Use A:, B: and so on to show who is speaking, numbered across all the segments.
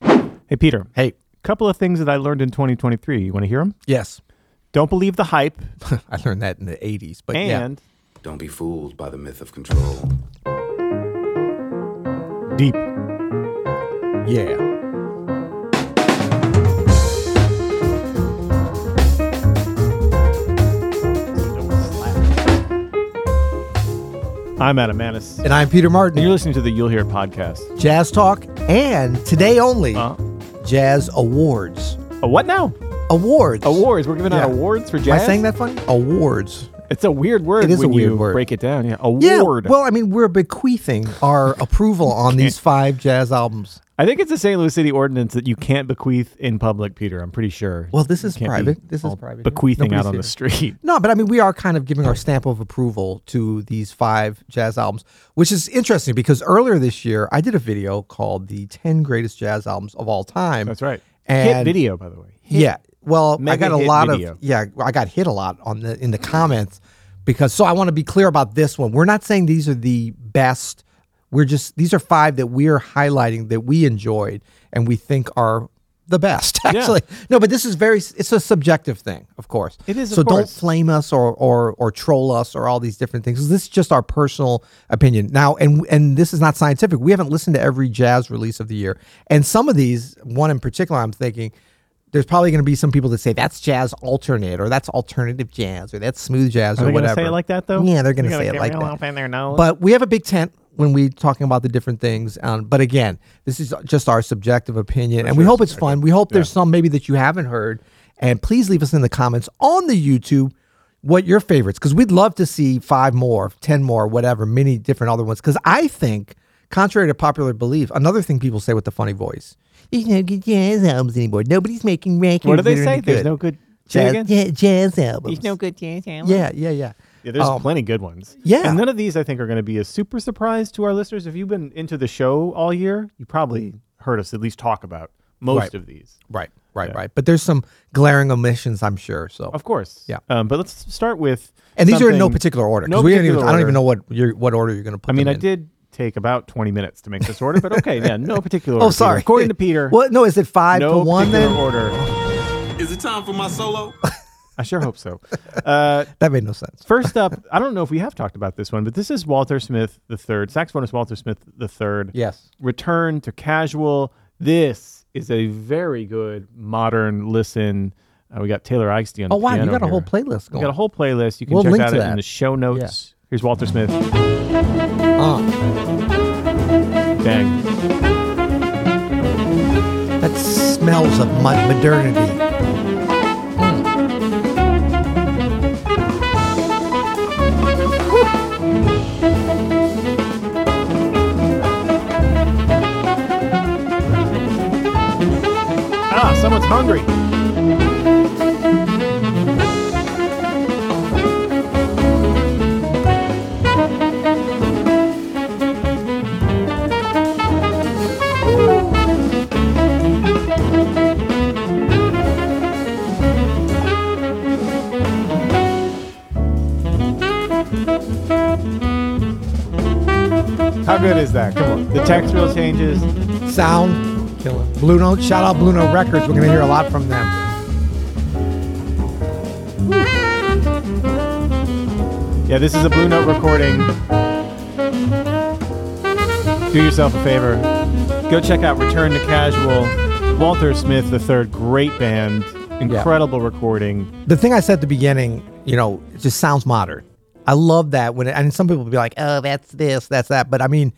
A: Hey, Peter, a
B: Hey,
A: couple of things that I learned in 2023. You want to hear them?
B: yes,
A: Don't believe the hype.
B: I learned that in the '80s, but yeah,
A: And
C: Don't be fooled by the myth of control.
A: deep.
B: yeah,
A: I'm Adam Manis.
B: and I'm Peter
A: And
B: Martin.
A: you're listening to the You'll Hear It podcast.
B: Jazz Talk, and today only
A: Uh,
B: Jazz Awards.
A: a what now?
B: Awards.
A: Awards. We're giving out
B: Yeah.
A: awards for
B: Am
A: jazz.
B: I saying that funny? Awards.
A: It's a weird word
B: It is a
A: when
B: weird
A: you
B: word.
A: break it down. Yeah.
B: Yeah.
A: Award.
B: Well, I mean, we're bequeathing our approval on these five jazz albums.
A: I think it's a St. Louis City ordinance that you can't bequeath in public, Peter. I'm pretty sure.
B: Well, this is
A: Can't be
B: private. This is
A: all
B: private.
A: Bequeathing
B: Nobody's
A: out on
B: here.
A: the street.
B: No, but I mean, we are kind of giving our stamp of approval to these five jazz albums, which is interesting because earlier this year I did a video called "The Ten Greatest Jazz Albums of All Time."
A: That's right. Hit
B: And-
A: video, by the way.
B: Yeah. Well, I
A: Mega
B: got a
A: hit
B: lot
A: video.
B: of yeah, I got hit a lot on the in the comments because so I want to be clear about this one. We're not saying these are the best. We're just these are five that we're highlighting that we enjoyed and we think are the best actually. No, but this is very it's a subjective thing, of course.
A: It is, of
B: So don't
A: course.
B: flame us or or or troll us or all these different things. This is just our personal opinion. Now, and and this is not scientific. We haven't listened to every jazz release of the year, and some of these, one in particular, I'm thinking. There's probably going to be some people that say that's jazz alternate or that's alternative jazz or that's smooth jazz
A: Are
B: or
A: they going to
B: whatever.
A: say it like that, though?
B: Yeah, they're going to
A: They're
B: say
A: gonna
B: it
A: get
B: like
A: real
B: that.
A: up in their nose.
B: But we have a big tent when we talking about the different things. Um, but again, this is just our subjective opinion, and we hope it's fun. We hope there's some maybe that you haven't heard, and please leave us in the comments on the YouTube what your favorites because we'd love to see five more, ten more, whatever, many different other ones. Because I think, contrary to popular belief, another thing people say with the funny voice, there's no good jazz albums anymore. Nobody's making records.
A: what do they
B: that are any
A: say? There's
B: good."
A: no good. Say it
B: jazz,
A: again.
B: yeah, jazz albums.
D: There's no good chance.
B: yeah, yeah, yeah.
A: Yeah, there's
B: Um,
A: plenty good ones.
B: yeah.
A: And none of these I think are going to be a super surprise to our listeners. If you've been into the show all year, you probably heard us at least talk about most
B: Right.
A: of these.
B: Right, right, right. But there's some glaring omissions, I'm sure. So,
A: Of course.
B: Yeah.
A: Um, but let's start with
B: and these are in no
A: something-
B: particular order. 'cause
A: no
B: we didn't even,
A: particular
B: I don't even
A: order.
B: know what your what order you're going to put.
A: I mean,
B: them
A: I
B: in.
A: did take about 20 minutes to make this order, but okay, yeah, no particular order.
B: Oh,
A: Peter.
B: sorry.
A: According to Peter,
B: What? No, is it five
A: no
B: to one?
A: particular
B: Then
A: order.
C: Is it time for my solo?
A: I sure hope so. Uh,
B: that made no sense.
A: First up, I don't know if we have talked about this one, but this is Walter Smith the third, saxophonist Walter Smith the third.
B: Yes.
A: Return to casual. This is a very good modern listen. Uh, we got Taylor Eichstein. on
B: Oh
A: the
B: wow, you
A: piano
B: got a whole
A: here.
B: playlist
A: We
B: going.
A: got a whole playlist. You can
B: We'll
A: check
B: link
A: that
B: to
A: out
B: that.
A: in the show notes. Here's Walter Smith.
B: Ah.
A: Dang.
B: Uh, that smells of mo- modernity.
A: Ah, someone's hungry. How good is that? Come on. The textural changes.
B: Sound killer. Blue Note. Shout out Blue Note Records. We're going to hear a lot from them.
A: Yeah, this is a Blue Note recording. Do yourself a favor. Go check out Return to Casual. Walter Smith III, great band, incredible recording.
B: The thing I said at the beginning, you know, it just sounds modern. I love that when it, and some people will be like, "Oh, that's this, that's that," but I mean,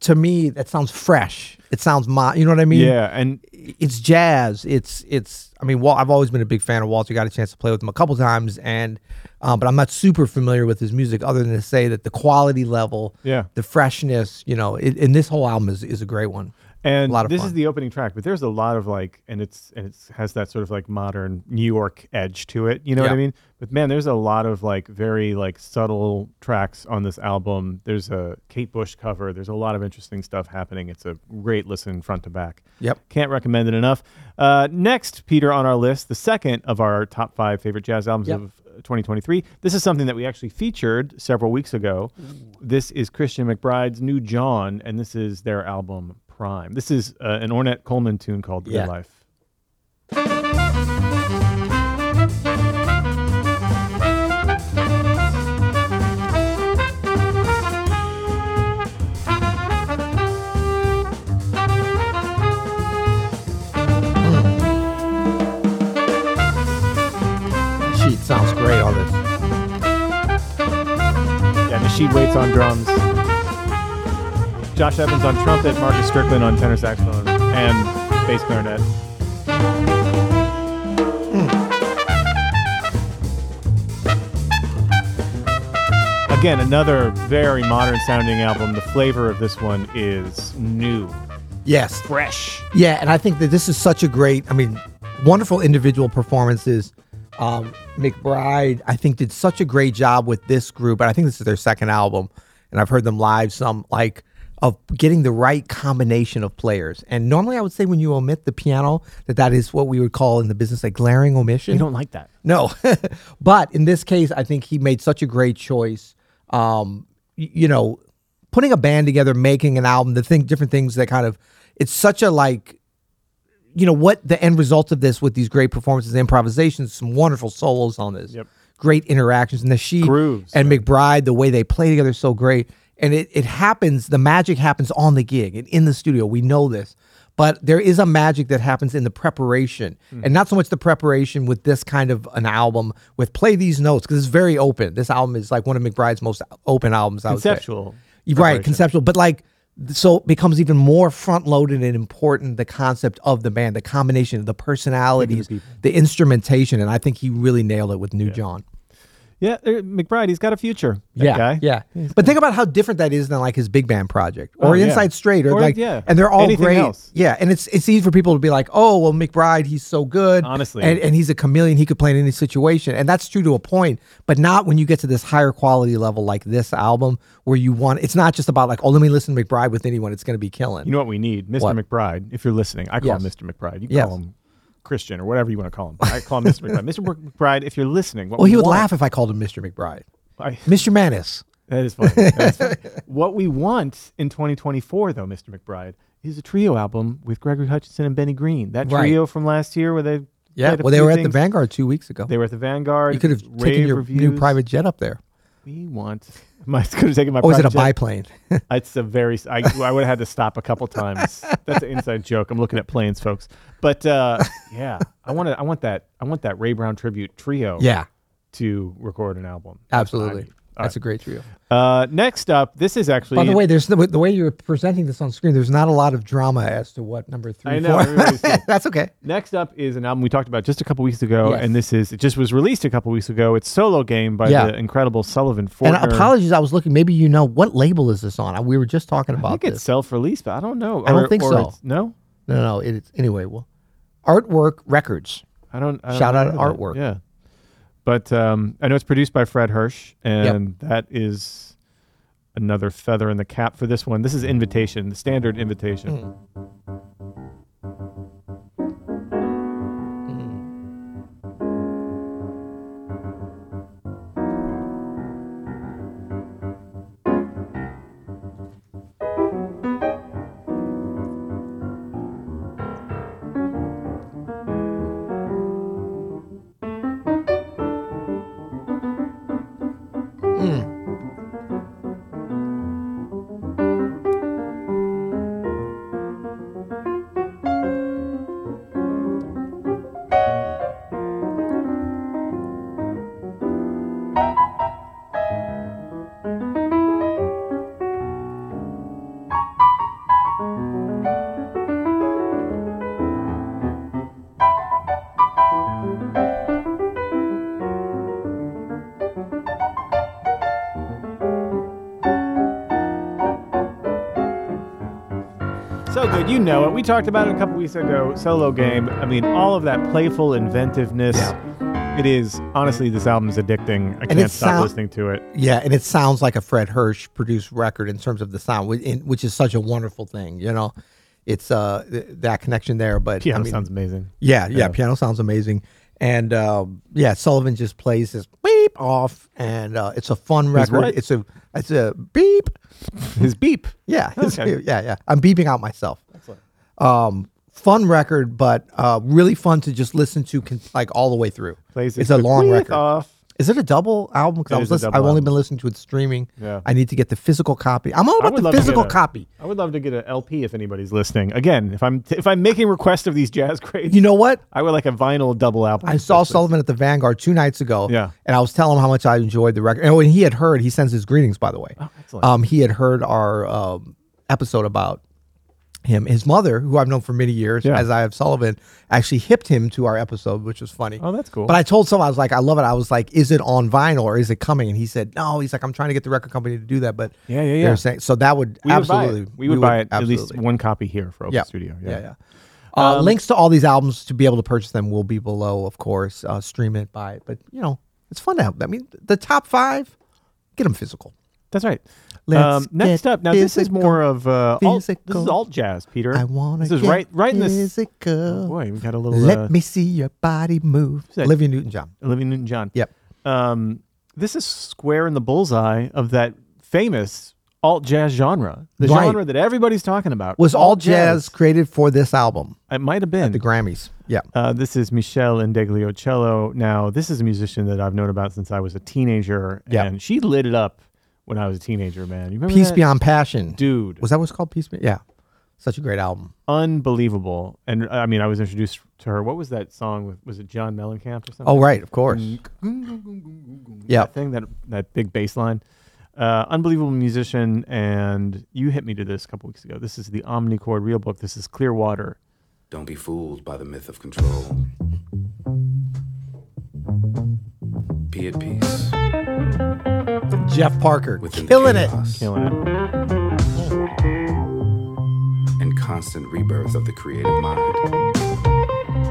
B: to me, that sounds fresh. It sounds mo- You know what I mean?
A: Yeah, and
B: it's jazz. It's it's. I mean, Wal- I've always been a big fan of Walter. Got a chance to play with him a couple times, and um, but I'm not super familiar with his music, other than to say that the quality level,
A: Yeah.
B: the freshness, you know, it, and this whole album is, is a great one.
A: and
B: a lot of
A: this
B: fun.
A: is the opening track, but there's a lot of like, and it's and it's has that sort of like modern New York edge to it. You know what I
B: Yeah.
A: mean? But man, there's a lot of like very like subtle tracks on this album. There's a Kate Bush cover. There's a lot of interesting stuff happening. It's a great listen front to back.
B: Yep.
A: Can't recommend it enough. Uh, next, Peter, on our list, the second of our top five favorite jazz albums
B: Yep.
A: of 2023. This is something that we actually featured several weeks ago. This is Christian McBride's New John, and this is their album prime. This is uh, an Ornette Coleman tune called Good
B: Yeah.
A: Life.
B: Sheet sounds great on this.
A: Yeah, Nasheed Waits on drums. Josh Evans on trumpet, Marcus Strickland on tenor saxophone, and bass clarinet. Again, another very modern sounding album. The flavor of this one is new,
B: Yes.
A: fresh.
B: Yeah, and I think that this is such a great, I mean, wonderful individual performances. Um, McBride, I think, did such a great job with this group, and I think this is their second album, and I've heard them live some, like, of getting the right combination of players. And normally I would say when you omit the piano, that that is what we would call in the business a glaring omission.
A: You don't like that.
B: No, but in this case, I think he made such a great choice. Um, y- you know, putting a band together, making an album, the thing, different things that kind of, it's such a like, you know, what the end result of this with these great performances, improvisations, some wonderful solos on this,
A: Yep.
B: great interactions, and the she
A: Grooves,
B: and McBride, the way they play together is so great. And it, it happens, the magic happens on the gig and in the studio. We know this. But there is a magic that happens in the preparation.
A: Hmm.
B: And not so much the preparation with this kind of an album with play these notes, because it's very open. This album is like one of McBride's most open albums, I would say.
A: Conceptual.
B: Right,
A: preparation.
B: conceptual. But like, th- so it becomes even more front loaded and important the concept of the band, the combination of the personalities, the, instrumentation. And I think he really nailed it with New John.
A: Yeah, uh, McBride, he's got a future. that
B: yeah,
A: guy.
B: yeah. But think about how different that is than like his big band project or
A: Oh, yeah.
B: Inside Straight or,
A: Or,
B: like,
A: yeah,
B: and they're all
A: anything
B: great.
A: else.
B: Yeah, and it's it's easy for people to be like, oh, well, McBride, he's so good,
A: Honestly.
B: and, and he's a chameleon. He could play in any situation, and that's true to a point, but not when you get to this higher quality level like this album where you want. It's not just about like, oh, let me listen to McBride with anyone. It's going to be killing.
A: You know what we need? Mr.
B: What?
A: McBride, if you're listening, I call him
B: Yes.
A: Mr. McBride. You
B: Yes.
A: call him Christian or whatever you want to call him. I call him Mr. McBride. Mr. McBride, if you're listening, what
B: well,
A: we
B: he would
A: want-
B: laugh if I called him Mr. McBride,
A: I-
B: Mr. Manis.
A: that is funny. That is funny. what we want in 2024, though, Mr. McBride, is a trio album with Gregory Hutchinson and Benny Green. That
B: Right.
A: trio from last year where they
B: Yeah,
A: played a
B: well, they
A: few
B: were at the
A: things.
B: Vanguard two weeks ago.
A: They were at the Vanguard.
B: you could have taken
A: rave
B: your new
A: reviews.
B: private jet up there.
A: We want. I could have taken my.
B: Oh, is it a
A: private jet. Oh.
B: biplane?
A: It's a very. I, I would have had to stop a couple times. That's an inside joke. I'm looking at planes, folks. But uh, yeah, I want to. I want that. I want that Ray Brown tribute trio.
B: yeah.
A: To record an album.
B: Absolutely.
A: Ivy.
B: That's a great trio.
A: Uh, next up, this is actually.
B: By the way, there's no, the way you're presenting this on screen. There's not a lot of drama as to what number three.
A: I know,
B: four-
A: everybody's saying-
B: That's okay.
A: Next up is an album we talked about just a couple weeks ago,
B: Yes.
A: and this is it just was released a couple weeks ago. It's Solo Game by
B: Yeah.
A: the incredible Sullivan
B: And
A: Fortner.
B: apologies, I was looking. Maybe you know what label is this on? I- We were just talking
A: I
B: about
A: think it's
B: this.
A: self-released, but I don't know.
B: I don't
A: Or-
B: think
A: or
B: so.
A: it's- No,
B: No, no, no, it's anyway. Well, artwork records.
A: I don't. I don't
B: Shout out
A: remember that.
B: artwork.
A: Yeah, but um, I know it's produced by Fred Hirsch, and that is another feather in the cap for this one. This is Invitation, the standard Invitation.
B: Hmm.
A: So good, you know it. We talked about it a couple weeks ago. Solo Game. I mean, all of that playful inventiveness. It is honestly, this album's addicting. I
B: it
A: can't stop
B: sound-
A: listening to it.
B: Yeah, and it sounds like a Fred Hirsch produced record in terms of the sound, whi- in- which is such a wonderful thing. You know, it's uh th- that connection there. But I
A: Piano
B: mean,
A: sounds amazing.
B: Yeah, yeah, piano sounds amazing. And um, yeah, Sullivan uh, just plays this beep, off, and uh, it's a fun record.
A: what?
B: It's a it's a beep.
A: His beep.
B: Yeah, it's-
A: Okay.
B: yeah, yeah. I'm beeping out myself. Um, fun record, but uh, really fun to just listen to con- like all the way through.
A: Plays
B: it's
A: it
B: a long
A: with
B: record.
A: Off.
B: Is it a double album? 'Cause
A: It
B: I was
A: is a
B: listen- I've
A: double
B: only
A: album.
B: been listening to it streaming.
A: Yeah.
B: I need to get the physical copy. I'm all
A: I
B: about
A: would
B: the
A: love to get
B: physical
A: a-
B: copy.
A: I would love to get an LP if anybody's listening. Again, if I'm if I'm making requests of these jazz grades,
B: You know what?
A: I would like a vinyl double album.
B: I saw Sullivan at the Vanguard two nights ago.
A: Yeah.
B: And I was telling him how much I enjoyed the record. Oh, and he had heard, he sends his greetings, by the way.
A: Oh, excellent.
B: Um, he had heard our um, episode about him. His mother, who I've known for many years,
A: Yeah.
B: as I have Sullivan, actually hipped him to our episode, which was funny.
A: Oh, that's cool.
B: But I told someone, I was like, I love it. I was like, is it on vinyl or is it coming? And he said, no. He's like, I'm trying to get the record company to do that. But
A: Yeah, yeah, yeah.
B: they're saying, so that would
A: we
B: absolutely.
A: Would buy it. We would buy it at least
B: absolutely.
A: one copy here for Open
B: Yeah.
A: Studio. Um,
B: Yeah, yeah. Uh, links to all these albums to be able to purchase them will be below, of course. Uh, stream it, buy it, but you know it's fun to have. I mean, the top five, get them physical.
A: That's right. um,
B: Let's
A: next
B: get
A: up, now this is
B: physical,
A: more of uh, alt, this is
B: physical.
A: alt jazz, Peter.
B: I want to.
A: This is
B: get
A: right, right in this. Oh,
B: physical.
A: Boy, we got a little.
B: Let
A: uh,
B: me see your body move.
A: that?
B: Olivia Newton-John.
A: Olivia Newton-John.
B: Yep.
A: Um, this is square in the bullseye of that famous alt jazz genre, the
B: Right.
A: genre that everybody's talking about.
B: Was all
A: Alt
B: jazz created for this album?
A: It might have been.
B: The Grammys. Yeah.
A: Uh, this is Michelle Indegliocello. Now, this is a musician that I've known about since I was a teenager,
B: Yeah.
A: and she lit it up when I was a teenager. Man, you remember
B: Peace
A: that?
B: Beyond Passion.
A: dude?
B: Was that what's called Peace Beyond? Yeah. Such a great album.
A: unbelievable. And uh, I mean, I was introduced to her. What was that song? With, was it John Mellencamp or something? Mm,
B: Oh right, of course.
A: Mm-hmm.
B: Yeah.
A: that thing that that big bass line. Uh, unbelievable musician, and you hit me to this a couple weeks ago. This is the Omnichord Real Book. This is Clearwater.
C: Don't be fooled by the myth of control. Be at peace
B: Jeff Parker,
C: within the
B: killing it.
C: chaos
A: Killing it.
C: and constant rebirth of the creative mind.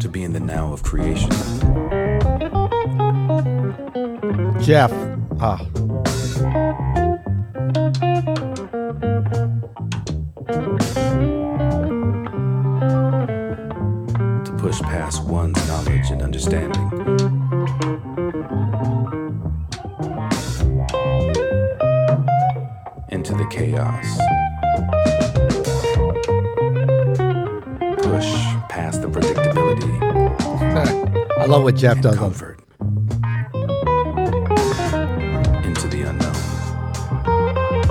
C: To be in the now of creation,
B: Jeff. Ah.
C: to push past one's knowledge and understanding, into the chaos. Push past the predictability.
B: I love what Jeff does. on-
C: comfort into the unknown.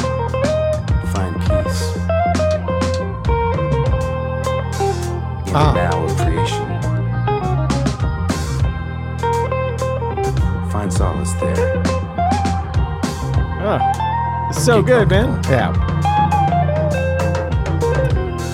C: Find peace in
B: Ah.
C: the now of creation. Find solace there.
A: Ah, it's so good, man.
B: Yeah.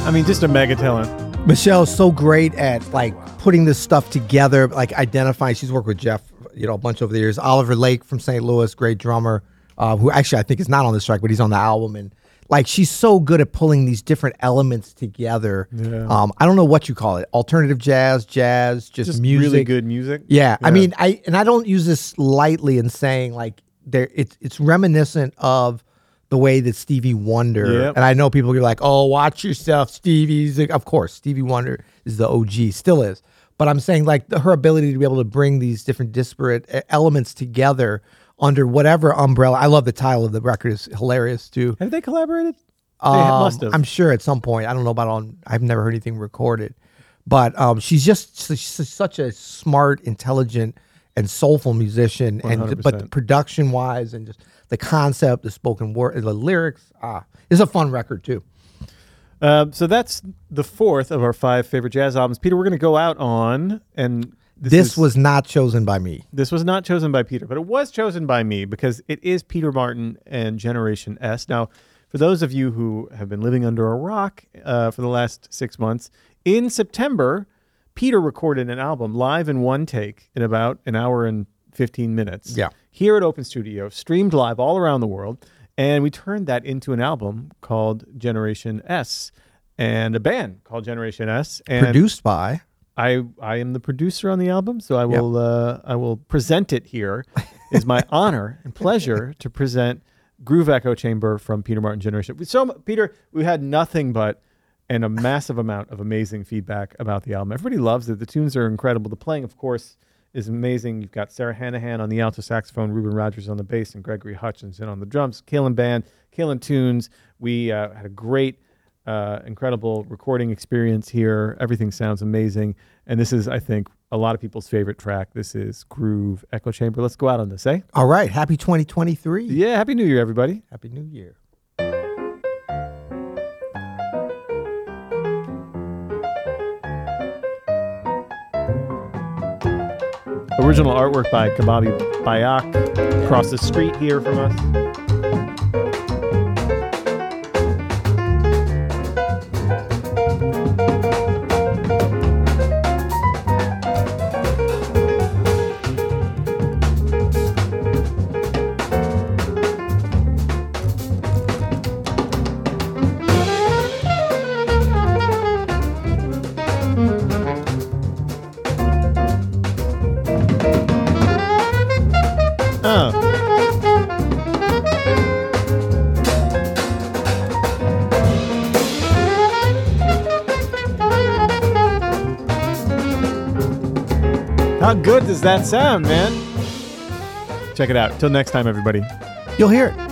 A: I mean, just a mega talent.
B: Michelle's so great at like putting this stuff together, like identifying. She's worked with Jeff, you know, a bunch over the years. Oliver Lake from St. Louis, great drummer, uh, who actually I think is not on this track, but he's on the album. And like she's so good at pulling these different elements together. Um, I don't know what you call it alternative jazz, jazz, just,
A: Just
B: music.
A: really good music.
B: Yeah, I mean, I and I don't use this lightly in saying like there. It's it's reminiscent of the way that Stevie Wonder.
A: Yep.
B: And I know people are like, "Oh, watch yourself, Stevie's." Of course, Stevie Wonder is the OG, still is. But I'm saying like the, her ability to be able to bring these different disparate uh, elements together under whatever umbrella. I love the title of the record; is hilarious too.
A: Have they collaborated? they
B: Um,
A: must have.
B: I'm sure at some point. I don't know about on. I've never heard anything recorded, but um, she's just su- su- such a smart, intelligent, and soulful musician. And but
A: 100%.
B: production wise, and just the concept, the spoken word, the lyrics. Ah, it's a fun record too.
A: Uh, so that's the fourth of our five favorite jazz albums. Peter, we're going to go out on and this,
B: This
A: is-
B: was not chosen by me.
A: this was not chosen by Peter, but it was chosen by me because it is Peter Martin and Generation S. Now, for those of you who have been living under a rock uh, for the last six months, in September, Peter recorded an album live in one take in about an hour and 15 minutes.
B: Yeah.
A: Here at Open Studio, streamed live all around the world. And we turned that into an album called Generation S and a band called Generation S. And
B: Produced by
A: I I am the producer on the album, so I will uh, I will present it here. It's my honor and pleasure to present Groove Echo Chamber from Peter Martin Generation. So, m- Peter, we had nothing but and a massive amount of amazing feedback about the album. Everybody loves it. The tunes are incredible. The playing, of course, is amazing. You've got Sarah Hanahan on the alto saxophone, Ruben Rogers on the bass, and Gregory Hutchinson on the drums. Kalen Band, Kalen Tunes. We uh, had a great, uh, incredible recording experience here. Everything sounds amazing. And this is, I think, a lot of people's favorite track. This is Groove Echo Chamber. Let's go out on this, eh?
B: All right. Happy 2023.
A: Yeah, Happy New Year, everybody.
B: Happy New Year.
A: Original artwork by Kababi Bayak across the street here from us. Oh, how good does that sound, man? Check it out. Till next time, everybody.
B: You'll hear it.